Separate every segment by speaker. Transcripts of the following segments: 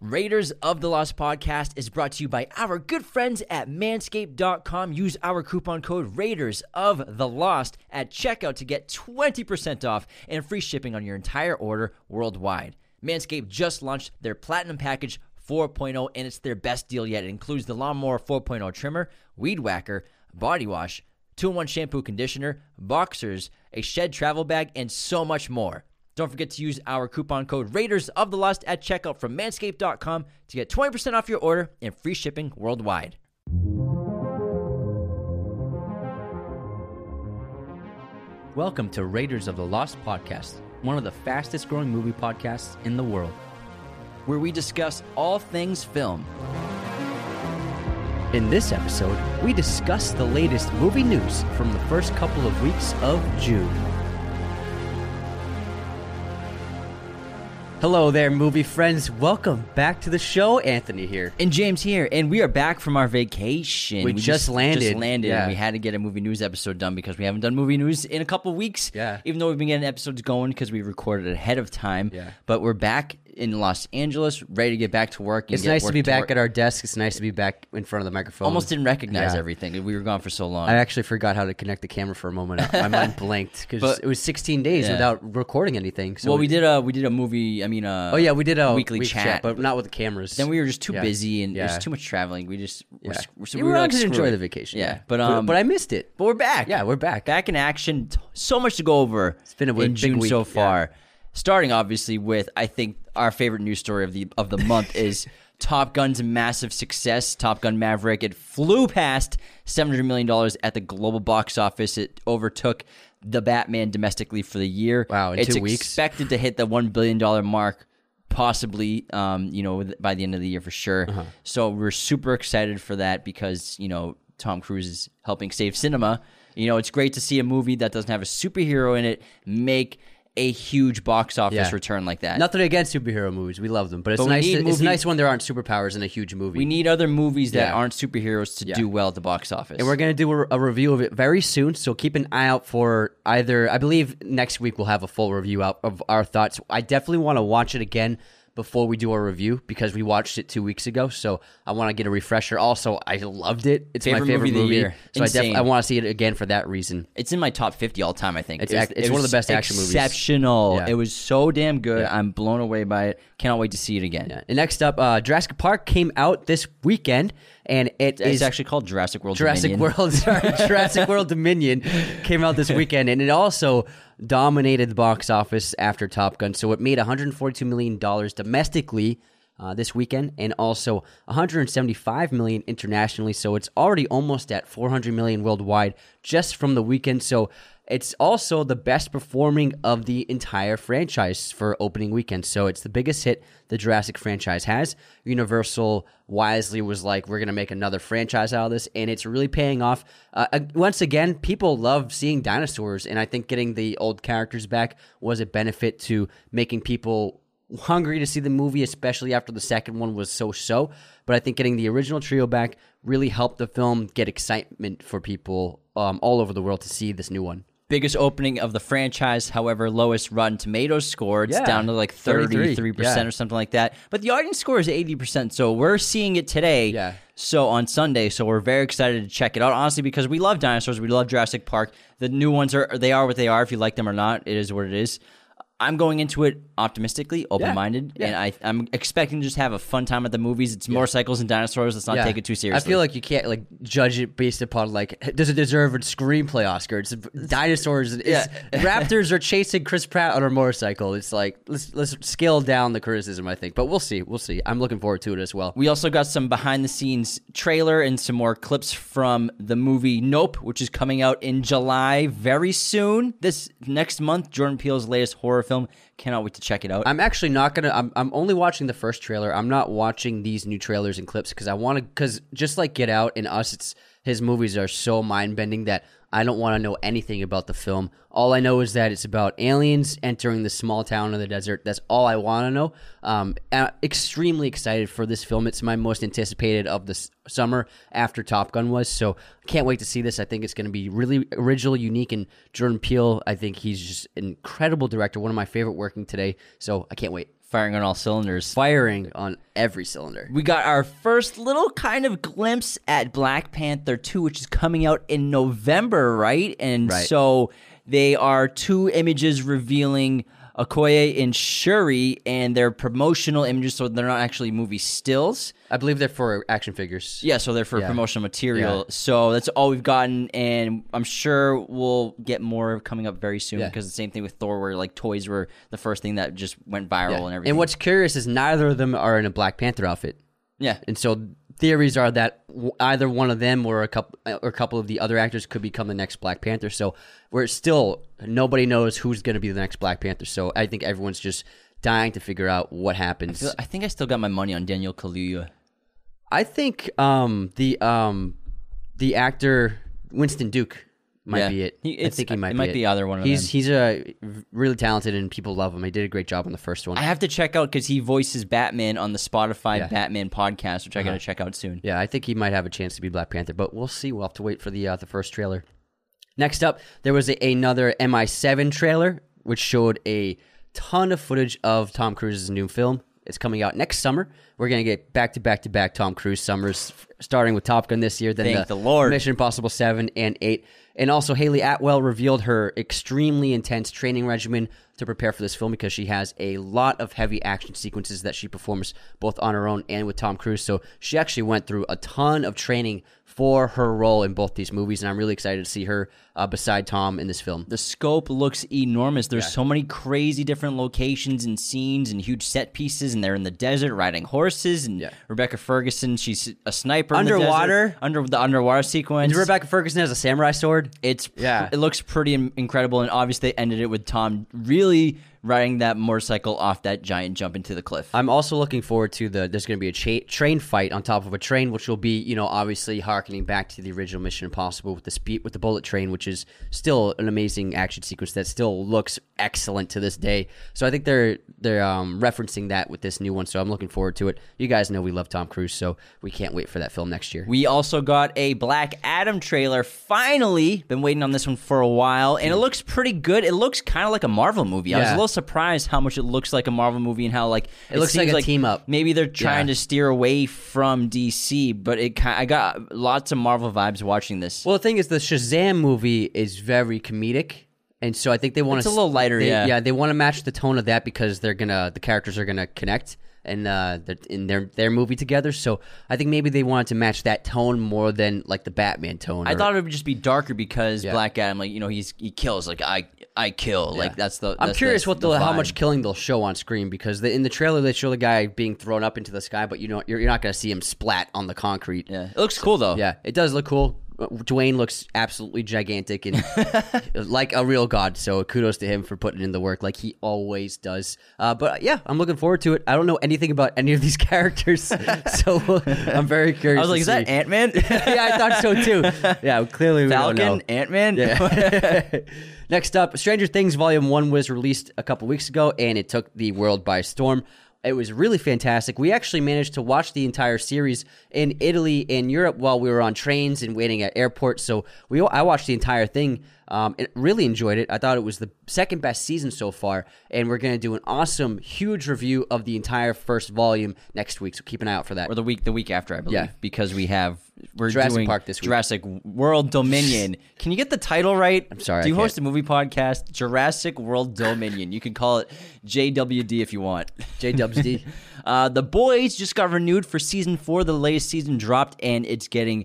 Speaker 1: Raiders of the Lost podcast is brought to you by our good friends at manscaped.com. Use our coupon code Raiders of the Lost at checkout to get 20% off and free shipping on your entire order worldwide. Manscaped just launched their Platinum Package 4.0 and it's their best deal yet. It includes the Lawnmower 4.0 trimmer, weed whacker, body wash, 2 in 1 shampoo conditioner, boxers, a shed travel bag, and so much more. Don't forget to use our coupon code Raiders of the Lost at checkout from manscaped.com to get 20% off your order and free shipping worldwide.
Speaker 2: Welcome to Raiders of the Lost podcast, one of the fastest growing movie podcasts in the world.
Speaker 1: Where we discuss all things film.
Speaker 2: In this episode, we discuss the latest movie news from the first couple of weeks of June. Hello there, movie friends. Welcome back to the show. Anthony here.
Speaker 1: And James here, and we are back from our vacation.
Speaker 2: We just landed.
Speaker 1: Just landed.
Speaker 2: Yeah.
Speaker 1: And we had to get a movie news episode done because we haven't done movie news in a couple weeks.
Speaker 2: Yeah.
Speaker 1: Even though we've been getting episodes going because we recorded ahead of time.
Speaker 2: Yeah.
Speaker 1: But we're back in Los Angeles, ready to get back to work. And
Speaker 2: It's
Speaker 1: get
Speaker 2: nice to
Speaker 1: work
Speaker 2: be back
Speaker 1: work.
Speaker 2: at our desk. It's nice to be back in front of the microphone.
Speaker 1: Almost didn't recognize
Speaker 2: Yeah.
Speaker 1: everything. We were gone for so long.
Speaker 2: I actually forgot how to connect the camera for a moment. My mind blanked because
Speaker 1: But-
Speaker 2: it was 16 days
Speaker 1: Yeah.
Speaker 2: without recording anything. So
Speaker 1: well, we did a we did a movie. I mean, uh,
Speaker 2: Oh yeah, we did a
Speaker 1: weekly chat,
Speaker 2: but not with the cameras.
Speaker 1: then we were just too
Speaker 2: Yeah.
Speaker 1: busy and there's
Speaker 2: Yeah.
Speaker 1: too much traveling. We just we're,
Speaker 2: Yeah.
Speaker 1: s- we're- so
Speaker 2: You
Speaker 1: we were
Speaker 2: were
Speaker 1: like,
Speaker 2: to
Speaker 1: screw
Speaker 2: enjoy
Speaker 1: it.
Speaker 2: the vacation.
Speaker 1: Yeah, but um,
Speaker 2: but I missed it.
Speaker 1: but we're back.
Speaker 2: Yeah, we're back.
Speaker 1: back in action. T- So much to go over. It's
Speaker 2: been a
Speaker 1: in
Speaker 2: big
Speaker 1: June
Speaker 2: week,
Speaker 1: so
Speaker 2: yeah.
Speaker 1: far. Starting obviously with I think our favorite news story of the of the month is Top Gun's massive success. Top Gun Maverick it flew past seven hundred million dollars at the global box office. It overtook the Batman domestically for the year.
Speaker 2: Wow, in
Speaker 1: it's
Speaker 2: two weeks?
Speaker 1: expected to hit the one billion dollar mark, possibly, um, you know, with- by the end of the year for sure.
Speaker 2: Uh-huh.
Speaker 1: So we're super excited for that because you know Tom Cruise is helping save cinema. You know, it's great to see a movie that doesn't have a superhero in it make a huge box office
Speaker 2: Yeah.
Speaker 1: return like that.
Speaker 2: Nothing against superhero movies, we love them, but it's
Speaker 1: we
Speaker 2: nice.
Speaker 1: need
Speaker 2: To, it's
Speaker 1: movie-
Speaker 2: nice when there aren't superpowers in a huge movie.
Speaker 1: we need other movies that
Speaker 2: Yeah.
Speaker 1: aren't superheroes to do well at the box office.
Speaker 2: and we're gonna do a, a review of it very soon, so keep an eye out for either. I believe next week we'll have a full review out of our thoughts. I definitely want to watch it again before we do our review because we watched it two weeks ago, so I want to get a refresher. Also, I loved it. It's
Speaker 1: Favorite
Speaker 2: my favorite
Speaker 1: movie of the
Speaker 2: movie,
Speaker 1: year.
Speaker 2: so I,
Speaker 1: Insane.
Speaker 2: def- I want to see it again for that reason.
Speaker 1: it's in my top 50 all time, I think.
Speaker 2: It's
Speaker 1: It was-
Speaker 2: ac- it's
Speaker 1: it
Speaker 2: one of
Speaker 1: was
Speaker 2: the best action movies.
Speaker 1: Exceptional.
Speaker 2: Yeah.
Speaker 1: It was so damn good. I'm blown away by it. Cannot wait to see it again.
Speaker 2: And next up, uh, Jurassic Park came out this weekend, and it
Speaker 1: It's
Speaker 2: is
Speaker 1: actually called Jurassic World
Speaker 2: Jurassic
Speaker 1: Dominion.
Speaker 2: World. Sorry, Jurassic World Dominion came out this weekend, and it also dominated the box office after Top Gun. So it made 142 million dollars domestically. Uh, this weekend and also 175 million internationally so it's already almost at 400 million worldwide just from the weekend so it's also the best performing of the entire franchise for opening weekend. So it's the biggest hit the Jurassic franchise has. Universal wisely was like, we're going to make another franchise out of this. And it's really paying off. Uh, uh, once again, people love seeing dinosaurs. And I think getting the old characters back was a benefit to making people hungry to see the movie, especially after the second one was so so. But I think getting the original trio back really helped the film get excitement for people um, all over the world to see this new one.
Speaker 1: biggest opening of the franchise. However, lowest Rotten Tomatoes score. It's
Speaker 2: Yeah.
Speaker 1: down to like
Speaker 2: 33,
Speaker 1: 33%,
Speaker 2: yeah.
Speaker 1: or something like that. But the audience score is 80%. So we're seeing it today.
Speaker 2: Yeah.
Speaker 1: So on Sunday. So we're very excited to check it out, honestly, because we love dinosaurs. We love Jurassic Park. The new ones are, they are what they are. If you like them or not, it is what it is. I'm going into it optimistically, open minded,
Speaker 2: Yeah.
Speaker 1: and I, I'm expecting to just have a fun time at the movies. It's motorcycles and dinosaurs. Let's not
Speaker 2: Yeah.
Speaker 1: take it too seriously.
Speaker 2: I feel like you can't like judge it based upon like does it deserve a screenplay Oscar? It's dinosaurs. It's, Raptors are chasing Chris Pratt on a motorcycle. It's like let's let's scale down the criticism. I think, but we'll see. We'll see. I'm looking forward to it as well.
Speaker 1: We also got some behind the scenes trailer and some more clips from the movie Nope, which is coming out in July very soon. This next month, Jordan Peele's latest horror film. Cannot wait to check it out.
Speaker 2: I'm actually not gonna. I'm, I'm only watching the first trailer. I'm not watching these new trailers and clips because I want to. Because just like Get Out and Us, it's his movies are so mind bending that I don't want to know anything about the film. All I know is that it's about aliens entering the small town in the desert. That's all I want to know. Um, and I'm extremely excited for this film. It's my most anticipated of the s- summer after Top Gun was. So I can't wait to see this. I think it's going to be really original, unique, and Jordan Peele. I think he's just an incredible director. One of my favorite working today. So I can't wait.
Speaker 1: Firing on all cylinders.
Speaker 2: Firing on every cylinder.
Speaker 1: We got our first little kind of glimpse at Black Panther 2, which is coming out in November, right? And
Speaker 2: Right.
Speaker 1: so they are two images revealing Okoye and Shuri, and they're promotional images, so they're not actually movie stills.
Speaker 2: I believe they're for action figures.
Speaker 1: Yeah, so they're for promotional material.
Speaker 2: Yeah.
Speaker 1: So that's all we've gotten, and I'm sure we'll get more coming up very soon because the same thing with Thor, where like toys were the first thing that just went viral and everything.
Speaker 2: And what's curious is neither of them are in a Black Panther outfit.
Speaker 1: yeah,
Speaker 2: And so theories are that w- either one of them or a couple or a couple of the other actors could become the next Black Panther. So we're still nobody knows who's going to be the next Black Panther. So I think everyone's just dying to figure out what happens. I,
Speaker 1: I think I still got my money on Daniel Kaluuya.
Speaker 2: think um, the um, the actor Winston Duke might
Speaker 1: Yeah.
Speaker 2: be it.
Speaker 1: He-
Speaker 2: I
Speaker 1: it's-
Speaker 2: think he might.
Speaker 1: it might
Speaker 2: be,
Speaker 1: be either one of
Speaker 2: he's,
Speaker 1: them.
Speaker 2: He's a really talented and people love him. He did a great job on the first one.
Speaker 1: I have to check out because he voices Batman on the Spotify Batman podcast, which I got to check out soon.
Speaker 2: Yeah, I think he might have a chance to be Black Panther, but we'll see. We'll have to wait for the uh, the first trailer. Next up, there was a, another MI7 trailer which showed a ton of footage of Tom Cruise's new film. It's coming out next summer. We're gonna get back to back to back Tom Cruise summers, f- starting with Top Gun this year, then
Speaker 1: Thank the Lord.
Speaker 2: Mission Impossible Seven and Eight, and also Haley Atwell revealed her extremely intense training regimen to prepare for this film because she has a lot of heavy action sequences that she performs both on her own and with Tom Cruise. So she actually went through a ton of training for her role in both these movies, and I'm really excited to see her uh, beside Tom in this film.
Speaker 1: The scope looks enormous. There's so many crazy different locations and scenes and huge set pieces, and they're in the desert riding horses. And Rebecca Ferguson, she's a sniper in the desert.
Speaker 2: Underwater?
Speaker 1: under the underwater sequence.
Speaker 2: And Rebecca Ferguson has a samurai sword.
Speaker 1: It's yeah.
Speaker 2: Yeah.
Speaker 1: it looks pretty in- incredible, and obviously they ended it with Tom really riding that motorcycle off that giant jump into the cliff.
Speaker 2: I'm also looking forward to the. There's going to be a cha- train fight on top of a train, which will be, you know, obviously harkening back to the original Mission Impossible with the speed with the bullet train, which is still an amazing action sequence that still looks excellent to this day. So I think they're they're um, referencing that with this new one. So I'm looking forward to it. You guys know we love Tom Cruise, so we can't wait for that film next year.
Speaker 1: We also got a Black Adam trailer. Finally, been waiting on this one for a while, and it looks pretty good. It looks kind of like a Marvel movie. I was a
Speaker 2: Yeah.
Speaker 1: little surprised how much it looks like a Marvel movie and how like it,
Speaker 2: looks like
Speaker 1: seems
Speaker 2: a team up.
Speaker 1: Maybe they're trying
Speaker 2: Yeah.
Speaker 1: to steer away from DC, but it ki- I got lots of Marvel vibes watching this.
Speaker 2: Well, the thing is, the Shazam movie is very comedic, and so I think they want
Speaker 1: It's a little lighter, yeah.
Speaker 2: yeah, they want to match the tone of that because they're gonna the characters are gonna connect and uh, they're in their their movie together. So I think maybe they wanted to match that tone more than like the Batman tone.
Speaker 1: I
Speaker 2: or-
Speaker 1: thought it would just be darker because Black Adam, like you know, he's he kills like I I kill like that's the.
Speaker 2: I'm
Speaker 1: that's
Speaker 2: curious
Speaker 1: the- um,
Speaker 2: what the, how
Speaker 1: vibe.
Speaker 2: much killing they'll show on screen because the, in the trailer they show the guy being thrown up into the sky, but you know you're, you're not gonna see him splat on the concrete.
Speaker 1: Yeah. It looks cool though.
Speaker 2: Yeah, it does look cool. Dwayne looks absolutely gigantic and like a real god. So kudos to him for putting in the work, like he always does. Uh, but yeah, I'm looking forward to it. I don't know anything about any of these characters, so I'm very curious.
Speaker 1: I was
Speaker 2: to
Speaker 1: like, is that
Speaker 2: see."
Speaker 1: Ant Man?
Speaker 2: yeah, I thought so too. Yeah, clearly we don't
Speaker 1: Falcon,
Speaker 2: know.
Speaker 1: Ant Man.
Speaker 2: Next up, Stranger Things Volume 1 was released a couple weeks ago and it took the world by storm. It was really fantastic. We actually managed to watch the entire series in Italy and Europe while we were on trains and waiting at airports. So we I watched the entire thing um, and really enjoyed it. I thought it was the second best season so far. And we're going to do an awesome, huge review of the entire first volume next week. So keep an eye out for that.
Speaker 1: or the week the week after, I believe,
Speaker 2: Yeah.
Speaker 1: because we have we're
Speaker 2: Jurassic
Speaker 1: doing
Speaker 2: Park this week.
Speaker 1: Jurassic World Dominion. Can you get the title right? I'm
Speaker 2: sorry,
Speaker 1: Do
Speaker 2: I
Speaker 1: you host a
Speaker 2: can't.
Speaker 1: movie podcast, Jurassic World Dominion? You can call it JWD if you want.
Speaker 2: J Dubs D.
Speaker 1: Uh, the Boys just got renewed for season four. The latest season dropped, and it's getting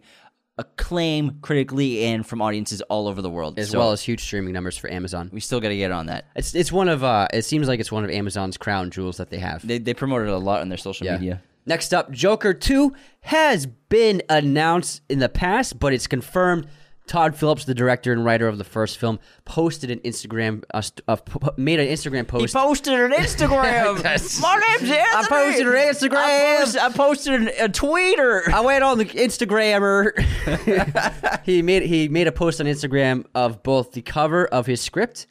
Speaker 1: acclaim critically and from audiences all over the world.
Speaker 2: As well as huge streaming numbers for Amazon.
Speaker 1: we still got to get on that.
Speaker 2: It's it's one of uh it seems like it's one of Amazon's crown jewels that they have.
Speaker 1: They, they promoted it a lot on their social media.
Speaker 2: Next up, Joker 2 has been announced in the past, but it's confirmed Todd Phillips, the director and writer of the first film, posted an Instagram, uh, st- uh, p- p- made an Instagram
Speaker 1: He
Speaker 2: post.
Speaker 1: posted an Instagram.
Speaker 2: Yes.
Speaker 1: My name's Anthony.
Speaker 2: I posted an Instagram.
Speaker 1: I, post- I posted an- a tweeter.
Speaker 2: I went on the Instagrammer. he made he made a post on Instagram of both the cover of his script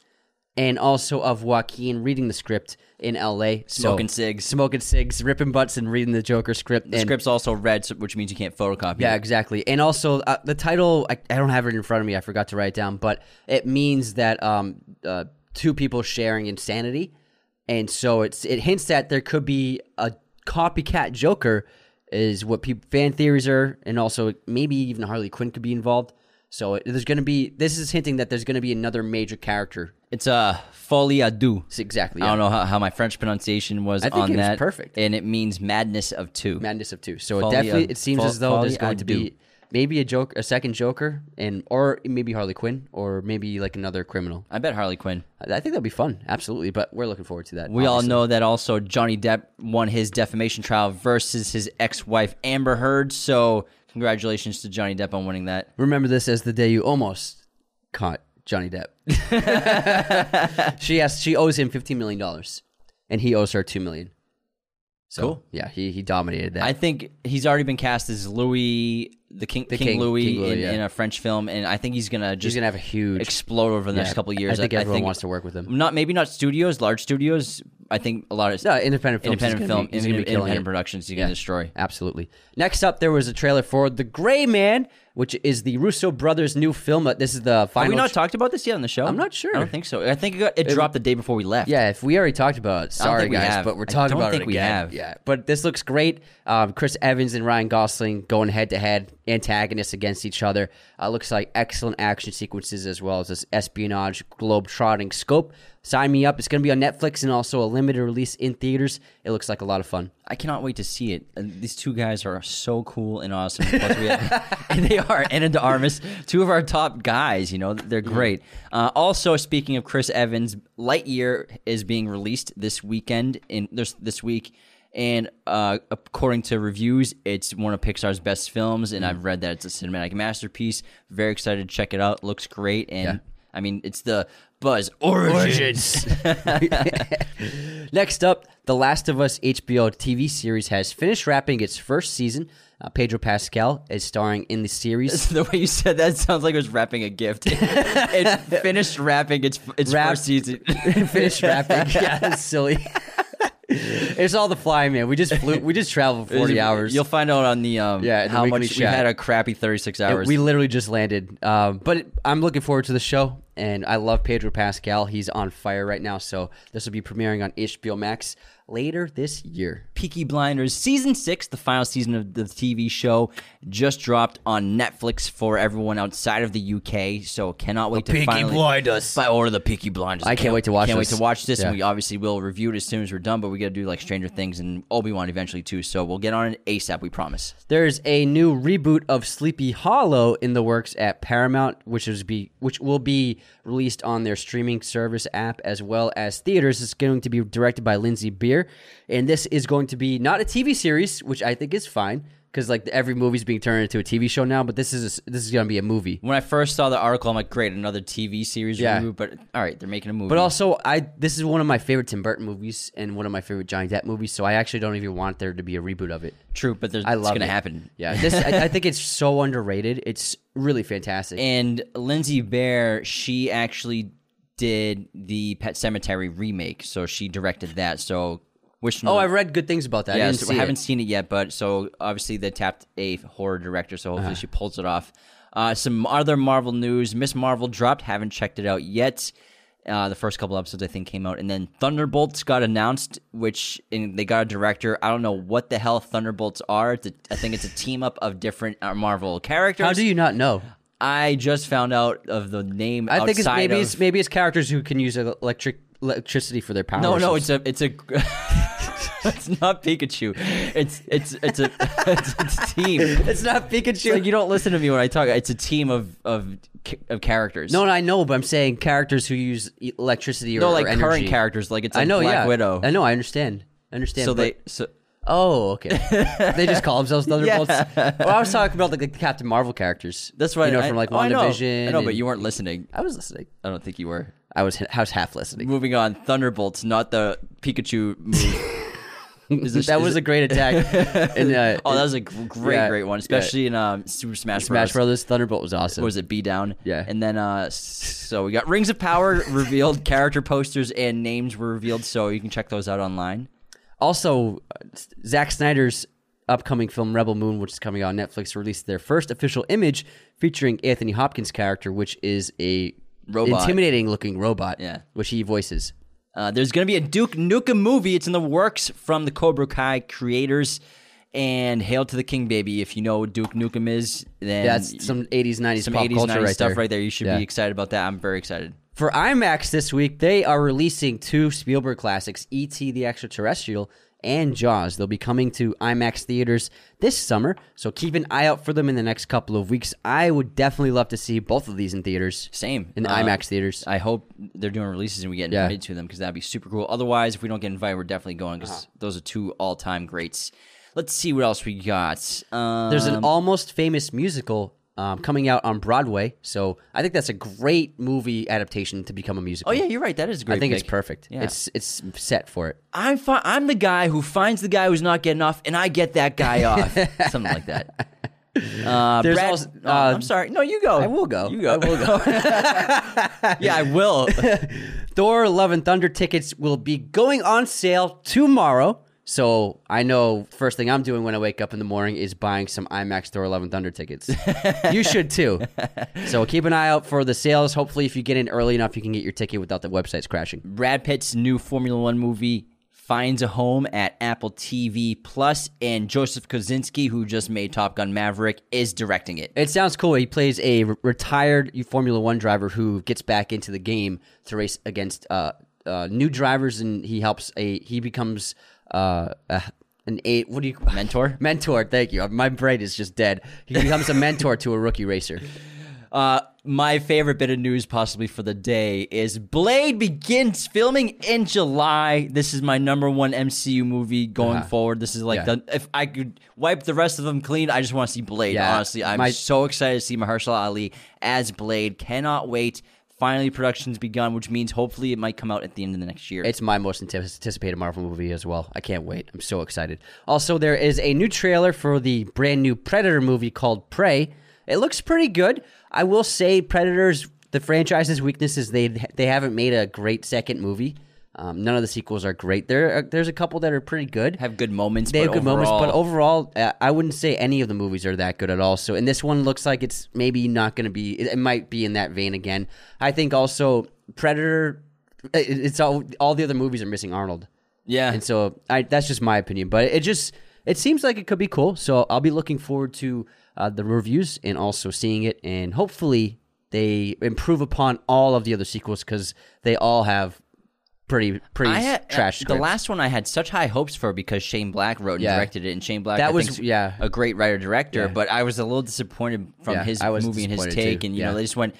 Speaker 2: and also of Joaquin reading the script in L.A. So-
Speaker 1: Smoking cigs.
Speaker 2: smoking cigs, ripping butts, and reading the Joker script.
Speaker 1: The script's also red, so- which means you can't photocopy.
Speaker 2: Yeah,
Speaker 1: it.
Speaker 2: exactly. And also uh, the title, I, I don't have it in front of me. I forgot to write it down, but it means that um, uh, two people sharing insanity, and so it's it hints that there could be a copycat Joker, is what peop fan theories are, and also maybe even Harley Quinn could be involved. So it, there's going to be this is hinting that there's going to be another major character.
Speaker 1: it's a folie à deux.
Speaker 2: It's exactly.
Speaker 1: I
Speaker 2: yeah.
Speaker 1: don't know how, how my French pronunciation was
Speaker 2: I think
Speaker 1: on
Speaker 2: it was
Speaker 1: that.
Speaker 2: perfect.
Speaker 1: and it means madness of two.
Speaker 2: Madness of two. So
Speaker 1: Folly,
Speaker 2: it definitely
Speaker 1: uh,
Speaker 2: it seems
Speaker 1: fol-
Speaker 2: as though there's
Speaker 1: folly,
Speaker 2: going
Speaker 1: I
Speaker 2: to
Speaker 1: do.
Speaker 2: be maybe a joke, a second Joker, and or maybe Harley Quinn, or maybe like another criminal.
Speaker 1: I bet Harley Quinn.
Speaker 2: I I think that'd be fun, absolutely. But we're looking forward to that.
Speaker 1: We all
Speaker 2: obviously.
Speaker 1: know that also Johnny Depp won his defamation trial versus his ex-wife Amber Heard. So congratulations to Johnny Depp on winning that.
Speaker 2: Remember this as the day you almost caught Johnny Depp. she has she owes him fifteen million dollars, and he owes her two million. So
Speaker 1: Cool.
Speaker 2: yeah, he he dominated that.
Speaker 1: I think he's already been cast as Louis, the King, King,
Speaker 2: King-
Speaker 1: Louis,
Speaker 2: King Louis,
Speaker 1: in,
Speaker 2: yeah.
Speaker 1: in a French film, and I think he's gonna
Speaker 2: He's
Speaker 1: just
Speaker 2: gonna have a huge.
Speaker 1: explode over the next couple of years.
Speaker 2: I think everyone wants to work with him.
Speaker 1: Not maybe not studios, large studios. I think a lot of
Speaker 2: No, independent films. he's
Speaker 1: independent
Speaker 2: gonna
Speaker 1: film,
Speaker 2: be- he's gonna be killing
Speaker 1: independent
Speaker 2: it.
Speaker 1: productions, you can destroy.
Speaker 2: Absolutely. Next up, there was a trailer for The Gray Man, which is the Russo brothers' new film. Uh, This is the final.
Speaker 1: Have we not
Speaker 2: tra-
Speaker 1: talked about this yet on the show?
Speaker 2: I'm not sure.
Speaker 1: I don't think so. I think it, got, it dropped the day before we left.
Speaker 2: yeah, if we already talked about it, sorry
Speaker 1: think we
Speaker 2: guys,
Speaker 1: have.
Speaker 2: but we're
Speaker 1: I
Speaker 2: talking
Speaker 1: don't
Speaker 2: about
Speaker 1: think
Speaker 2: it
Speaker 1: we
Speaker 2: again.
Speaker 1: have.
Speaker 2: Yeah, but this looks great. Um, Chris Evans and Ryan Gosling going head to head, antagonists against each other. Uh, looks like excellent action sequences as well as this espionage globe trotting scope. Sign me up. It's going to be on Netflix and also a limited release in theaters. It looks like a lot of fun.
Speaker 1: I cannot wait to see it. And these two guys are so cool and awesome. Plus we have, and they are Anna De Armas, two of our top guys. You know, they're great. Uh, also, speaking of Chris Evans, Lightyear is being released this weekend in this this week. And uh, according to reviews, it's one of Pixar's best films, and I've read that it's a cinematic masterpiece. Very excited to check it out. Looks great, and I mean, it's the Buzz Origins.
Speaker 2: Next up, The Last of Us HBO TV series has finished wrapping its first season. Uh, Pedro Pascal is starring in the series.
Speaker 1: The way you said that sounds like it was wrapping a gift. it finished wrapping its its
Speaker 2: Wrap-
Speaker 1: first season.
Speaker 2: finished wrapping. Yeah, that's silly. it's all the fly, man. We just flew. We just traveled forty hours.
Speaker 1: You'll find out on the um
Speaker 2: Yeah, the
Speaker 1: how
Speaker 2: weekly
Speaker 1: much we
Speaker 2: chat.
Speaker 1: had a crappy thirty six hours.
Speaker 2: we literally just landed. Um, but it- I'm looking forward to the show, and I love Pedro Pascal. He's on fire right now. So this will be premiering on HBO Max later this year.
Speaker 1: Peaky Blinders season six, the final season of the TV show, just dropped on Netflix for everyone outside of the UK. So cannot wait to
Speaker 2: Peaky
Speaker 1: finally
Speaker 2: Blinders.
Speaker 1: Fi- order the Peaky Blinders.
Speaker 2: I can't wait to watch
Speaker 1: Can't
Speaker 2: this.
Speaker 1: wait to watch this, and
Speaker 2: Yeah.
Speaker 1: we obviously will review it as soon as we're done. But we got to do like Stranger Things and Obi Wan eventually too. So we'll get on it ASAP. We promise.
Speaker 2: There's a new reboot of Sleepy Hollow in the works at Paramount, which is be which will be released on their streaming service app as well as theaters. It's going to be directed by Lindsay Beer, and this is going to be not a TV series, which I think is fine because like every movie's being turned into a TV show now. But this is this is going to be a movie.
Speaker 1: When I first saw the article, I'm like, great, another TV series
Speaker 2: Yeah.
Speaker 1: reboot. But all right, they're making a movie.
Speaker 2: But also, I this is one of my favorite Tim Burton movies and one of my favorite Johnny Depp movies. So I actually don't even want there to be a reboot of it.
Speaker 1: true, but there's,
Speaker 2: I love
Speaker 1: it's gonna
Speaker 2: it.
Speaker 1: happen.
Speaker 2: Yeah, this I, I think it's so underrated. It's really fantastic.
Speaker 1: And Lindsay Bear, she actually did the Pet Cemetery remake, so she directed that. So which
Speaker 2: Oh, I read good things about that. I
Speaker 1: yeah,
Speaker 2: didn't
Speaker 1: so
Speaker 2: see
Speaker 1: I haven't
Speaker 2: it.
Speaker 1: seen it yet, but so obviously they tapped a horror director, so
Speaker 2: Uh-huh.
Speaker 1: hopefully she pulls it off. Uh, some other Marvel news: Miss Marvel dropped. Haven't checked it out yet. Uh, the first couple episodes I think came out, and then Thunderbolts got announced, which and they got a director. I don't know what the hell Thunderbolts are. It's a, I think it's a team up of different uh, Marvel characters.
Speaker 2: How do you not know?
Speaker 1: I just found out of the name.
Speaker 2: I think it's
Speaker 1: outside
Speaker 2: maybe
Speaker 1: of-
Speaker 2: it's maybe it's characters who can use electric electricity for their powers.
Speaker 1: No, no, it's a, it's a, it's not Pikachu. It's, it's, it's a, it's, it's a team. It's
Speaker 2: it's not Pikachu.
Speaker 1: like you don't listen to me when I talk. It's a team of of ca- of characters.
Speaker 2: no, no, I know, but I'm saying characters who use e- electricity or
Speaker 1: no, like
Speaker 2: or energy.
Speaker 1: current characters. Like it's like
Speaker 2: I know,
Speaker 1: Black
Speaker 2: yeah.
Speaker 1: Widow.
Speaker 2: I know, I understand, I understand.
Speaker 1: so
Speaker 2: but
Speaker 1: they so
Speaker 2: Oh, okay. they just call themselves Thunderbolts.
Speaker 1: Yeah.
Speaker 2: Well, I was talking about like the Captain Marvel characters.
Speaker 1: That's right.
Speaker 2: You know,
Speaker 1: I-
Speaker 2: from like
Speaker 1: oh, I know.
Speaker 2: WandaVision.
Speaker 1: I know, but
Speaker 2: and-
Speaker 1: you weren't listening.
Speaker 2: I was listening.
Speaker 1: I don't think you were.
Speaker 2: I was. I was half listening.
Speaker 1: Moving on, Thunderbolts, not the Pikachu move. Is this-
Speaker 2: that
Speaker 1: is
Speaker 2: was
Speaker 1: it-
Speaker 2: a great attack. and, uh,
Speaker 1: Oh, that was a gr- great,
Speaker 2: Yeah,
Speaker 1: great one,
Speaker 2: yeah.
Speaker 1: especially in um, Super Smash Bros.
Speaker 2: Smash Brothers Thunderbolt was awesome.
Speaker 1: What was it? Be down.
Speaker 2: Yeah.
Speaker 1: And then, uh, s- so we got Rings of Power revealed, character posters and names were revealed, so you can check those out online.
Speaker 2: Also, uh, Zack Snyder's upcoming film Rebel Moon, which is coming out on Netflix, released their first official image featuring Anthony Hopkins' character, which is a
Speaker 1: Robot.
Speaker 2: intimidating looking robot.
Speaker 1: Yeah.
Speaker 2: which he voices.
Speaker 1: Uh, there's going to be a Duke Nukem movie. It's in the works from the Cobra Kai creators. And hail to the king, baby! If you know what Duke Nukem is, then
Speaker 2: Yeah, it's some '80s, '90s
Speaker 1: some
Speaker 2: pop
Speaker 1: 80s,
Speaker 2: culture
Speaker 1: 90s
Speaker 2: right
Speaker 1: stuff
Speaker 2: there.
Speaker 1: right there. You should
Speaker 2: Yeah.
Speaker 1: be excited about that. I'm very excited.
Speaker 2: For IMAX this week, they are releasing two Spielberg classics, E.T. the Extraterrestrial and Jaws. They'll be coming to IMAX theaters this summer, so keep an eye out for them in the next couple of weeks. I would definitely love to see both of these in theaters.
Speaker 1: Same.
Speaker 2: In the
Speaker 1: Uh,
Speaker 2: IMAX theaters.
Speaker 1: I hope they're doing releases and we get
Speaker 2: Yeah.
Speaker 1: invited to them because that'd be super cool. Otherwise, if we don't get invited, we're definitely going because
Speaker 2: Uh-huh.
Speaker 1: those are two all time greats. Let's see what else we got. Um,
Speaker 2: There's an almost famous musical um, coming out on Broadway, so I think that's a great movie adaptation to become a musical.
Speaker 1: oh yeah, you're right. That is a great.
Speaker 2: I think it's
Speaker 1: pick.
Speaker 2: perfect.
Speaker 1: Yeah.
Speaker 2: It's it's set for it.
Speaker 1: I'm fi- I'm the guy who finds the guy who's not getting off, and I get that guy off. Something like that. Uh,
Speaker 2: There's
Speaker 1: Brad-
Speaker 2: also-
Speaker 1: oh,
Speaker 2: uh,
Speaker 1: I'm sorry. No, you go. I
Speaker 2: will go.
Speaker 1: You go. I will go. yeah, I will.
Speaker 2: Thor Love and Thunder tickets will be going on sale tomorrow. So I know first thing I'm doing when I wake up in the morning is buying some IMAX Thor Love and Thunder tickets. you should too. So keep an eye out for the sales. Hopefully, if you get in early enough, you can get your ticket without the websites crashing.
Speaker 1: Brad Pitt's new Formula One movie finds a home at Apple TV Plus, and Joseph Kosinski, who just made Top Gun Maverick, is directing it.
Speaker 2: It sounds cool. He plays a re- retired Formula One driver who gets back into the game to race against uh, uh, new drivers, and he helps a he becomes uh, a, an eight. What do you
Speaker 1: Mentor?
Speaker 2: Mentor, thank you. My brain is just dead. He becomes a mentor to a rookie racer.
Speaker 1: Uh, my favorite bit of news, possibly for the day, is Blade begins filming in July. This is my number one MCU movie going forward. This is like
Speaker 2: Uh-huh. Yeah.
Speaker 1: the if I could wipe the rest of them clean, I just want to see Blade.
Speaker 2: Yeah.
Speaker 1: Honestly, I'm
Speaker 2: My-
Speaker 1: so excited to see Mahershala Ali as Blade. Cannot wait. Finally, production's begun, which means hopefully it might come out at the end of the next year.
Speaker 2: It's my most ante- anticipated Marvel movie as well. I can't wait. I'm so excited. Also, there is a new trailer for the brand new Predator movie called Prey. It looks pretty good. I will say Predators, the franchise's weakness is they they haven't made a great second movie. Um, none of the sequels are great. There, are, there's a couple that are pretty good.
Speaker 1: have good moments.
Speaker 2: They
Speaker 1: but
Speaker 2: have good moments,
Speaker 1: overall-
Speaker 2: but overall, uh, I wouldn't say any of the movies are that good at all. So, and this one looks like it's maybe not going to be. It, it might be in that vein again. I think also Predator. uh, It, it's all all the other movies are missing Arnold,
Speaker 1: yeah,
Speaker 2: and so I, that's just my opinion. But it just it seems like it could be cool. So I'll be looking forward to uh, the reviews and also seeing it, and hopefully they improve upon all of the other sequels because they all have pretty pretty
Speaker 1: I had, uh,
Speaker 2: trash.
Speaker 1: The
Speaker 2: scripts.
Speaker 1: last one I had such high hopes for because Shane Black wrote and
Speaker 2: Yeah.
Speaker 1: directed it, and Shane Black
Speaker 2: That
Speaker 1: I
Speaker 2: was-
Speaker 1: think's
Speaker 2: yeah.
Speaker 1: a great writer director.
Speaker 2: Yeah.
Speaker 1: But I was a little disappointed from
Speaker 2: Yeah,
Speaker 1: his
Speaker 2: I was
Speaker 1: movie and his
Speaker 2: disappointed too.
Speaker 1: take, and you
Speaker 2: Yeah.
Speaker 1: know they just went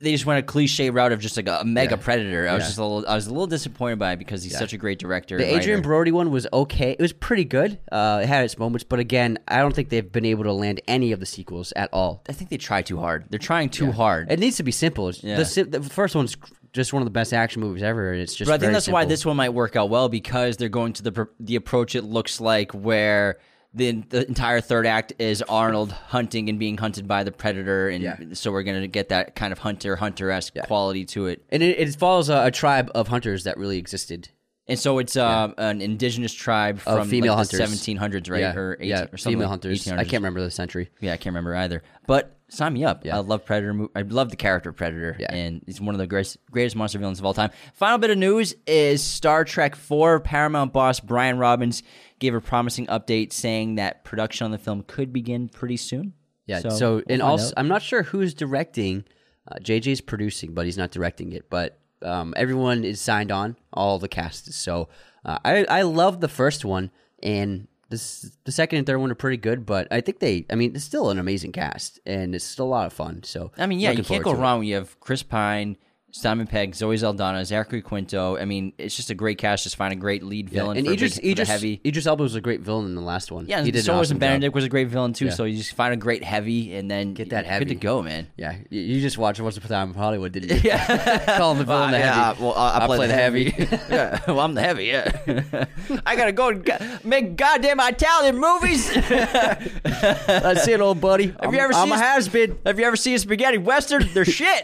Speaker 1: they just went a cliche route of just like a, mega predator. I was just a little I was a little disappointed by it because he's such a great director.
Speaker 2: The
Speaker 1: and
Speaker 2: Adrian
Speaker 1: writer.
Speaker 2: Brody one was okay. It was pretty good. Uh, it had its moments, but again, I don't think they've been able to land any of the sequels at all.
Speaker 1: I think they try too hard. They're trying too hard.
Speaker 2: It needs to be simple. It's-
Speaker 1: Yeah.
Speaker 2: The, si- the first one's just one of the best action movies ever, and it's just.
Speaker 1: But I think
Speaker 2: very
Speaker 1: that's why
Speaker 2: simple.
Speaker 1: this one might work out well because they're going to the pr- the approach it looks like where the, the entire third act is Arnold hunting and being hunted by the predator, and
Speaker 2: Yeah.
Speaker 1: so we're going to get that kind of hunter hunter esque quality to it.
Speaker 2: and it, it follows a, a tribe of hunters that really existed.
Speaker 1: And so it's um, an indigenous tribe from like,
Speaker 2: Oh, female
Speaker 1: the
Speaker 2: hunters.
Speaker 1: 1700s, right, or 18,
Speaker 2: yeah,
Speaker 1: or something
Speaker 2: female
Speaker 1: like
Speaker 2: hunters.
Speaker 1: 1800s.
Speaker 2: I can't remember the century.
Speaker 1: Yeah, I can't remember either. But sign me up. I love Predator. mo- I love the character Predator,
Speaker 2: Yeah.
Speaker 1: and he's one of the greatest, greatest monster villains of all time. Final bit of news is Star Trek Four. Paramount boss Brian Robbins gave a promising update saying that production on the film could begin pretty soon.
Speaker 2: Yeah. So,
Speaker 1: we'll
Speaker 2: and
Speaker 1: find
Speaker 2: also,
Speaker 1: out.
Speaker 2: I'm not sure who's directing. Uh, JJ's producing, but he's not directing it. But um, everyone is signed on, all the cast. is. So uh, I I love the first one, and this the second and third one are pretty good. But I think they, I mean, it's still an amazing cast, and it's still a lot of fun. So
Speaker 1: I mean, yeah, you
Speaker 2: looking
Speaker 1: can't
Speaker 2: forward
Speaker 1: go
Speaker 2: to it.
Speaker 1: wrong when you have Chris Pine, Simon Pegg, Zoe Saldana, Zachary Quinto. I mean, it's just a great cast. Just find a great lead villain
Speaker 2: and
Speaker 1: for, a
Speaker 2: Idris,
Speaker 1: big, for the
Speaker 2: Idris,
Speaker 1: heavy.
Speaker 2: Idris Elba was a great villain in the last one.
Speaker 1: Yeah,
Speaker 2: he
Speaker 1: and
Speaker 2: did
Speaker 1: so
Speaker 2: an
Speaker 1: was
Speaker 2: awesome
Speaker 1: and
Speaker 2: job.
Speaker 1: Benedict was a great villain too. So you just find a great heavy, and then get
Speaker 2: that
Speaker 1: Good
Speaker 2: heavy.
Speaker 1: to go, man.
Speaker 2: Yeah, you, you just watched Once Upon a Time in Hollywood, didn't you? Yeah, call him the villain, the
Speaker 1: Uh, yeah,
Speaker 2: heavy.
Speaker 1: I- well, I- I play the
Speaker 2: heavy.
Speaker 1: yeah, well, I'm the heavy. Yeah, I gotta go and go- make goddamn Italian movies.
Speaker 2: That's it, old buddy. Have
Speaker 1: you ever
Speaker 2: I'm
Speaker 1: seen-
Speaker 2: a has been?
Speaker 1: Have you ever seen a spaghetti western? They're shit.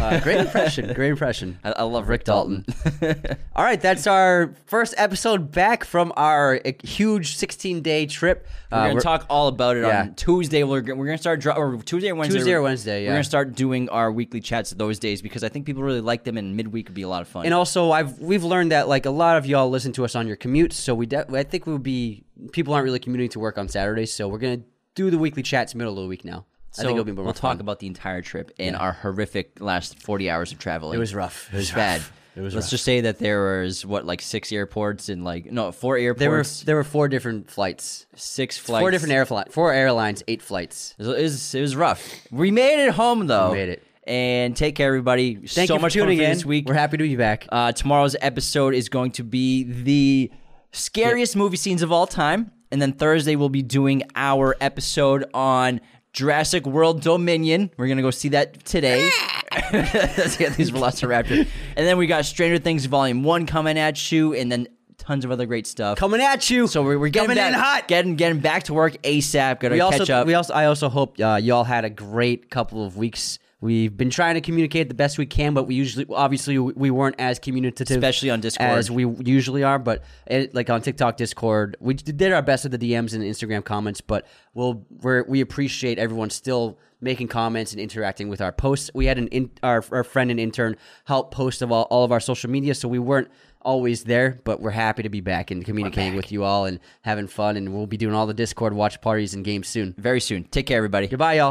Speaker 2: Uh, great impression. Great impression.
Speaker 1: I, I love Rick Dalton.
Speaker 2: All right, that's our first episode back from our uh, huge 16 day trip. Uh,
Speaker 1: We're gonna talk all about it
Speaker 2: Yeah.
Speaker 1: on Tuesday. We're gonna- we're gonna start dro- or Tuesday or Wednesday.
Speaker 2: Tuesday or Wednesday, yeah.
Speaker 1: We're gonna start doing our weekly chats those days because I think people really like them, and midweek would be a lot of fun.
Speaker 2: and also, I've we've learned that like a lot of y'all listen to us on your commute, so we de- I think we'll be people aren't really commuting to work on Saturdays, so we're gonna do the weekly chats middle of the week now.
Speaker 1: so
Speaker 2: I think it'll be more
Speaker 1: we'll
Speaker 2: fun.
Speaker 1: talk about the entire trip and our horrific last forty hours of traveling.
Speaker 2: It was rough. It was
Speaker 1: bad.
Speaker 2: rough. It was
Speaker 1: Let's
Speaker 2: rough.
Speaker 1: just say that there was what like six airports and like no four airports.
Speaker 2: There were there were four different flights,
Speaker 1: six flights.
Speaker 2: four different airfli- four airlines, eight flights.
Speaker 1: It was, it was rough. We made it home though.
Speaker 2: We made it.
Speaker 1: And take care, everybody.
Speaker 2: Thank
Speaker 1: so
Speaker 2: you for
Speaker 1: much
Speaker 2: tuning
Speaker 1: fun for
Speaker 2: in
Speaker 1: this week.
Speaker 2: We're happy to be back.
Speaker 1: Uh, tomorrow's episode is going to be the scariest movie scenes of all time. And then Thursday, we'll be doing our episode on Jurassic World Dominion. We're going to go see that today. Let's get these Velociraptors. And then we got Stranger Things Volume 1 coming at you, and then tons of other great stuff.
Speaker 2: Coming at you.
Speaker 1: so we're, we're getting
Speaker 2: coming
Speaker 1: back,
Speaker 2: in hot.
Speaker 1: Getting, getting back to work ASAP. Gotta
Speaker 2: we
Speaker 1: catch
Speaker 2: also,
Speaker 1: up.
Speaker 2: We also, I also hope uh, y'all had a great couple of weeks. We've been trying to communicate the best we can, but we usually, obviously, we we weren't as communicative,
Speaker 1: Especially on Discord.
Speaker 2: as we usually are. But it, like on TikTok, Discord, we d- did our best with the DMs and Instagram comments. But we'll, we're, we appreciate everyone still making comments and interacting with our posts. We had an in, our, our friend and intern help post of all, all of our social media, so we weren't always there, but we're happy to be back and communicating with you all and having fun. And we'll be doing all the Discord watch parties and games soon.
Speaker 1: Very soon. Take care, everybody.
Speaker 2: Goodbye, y'all.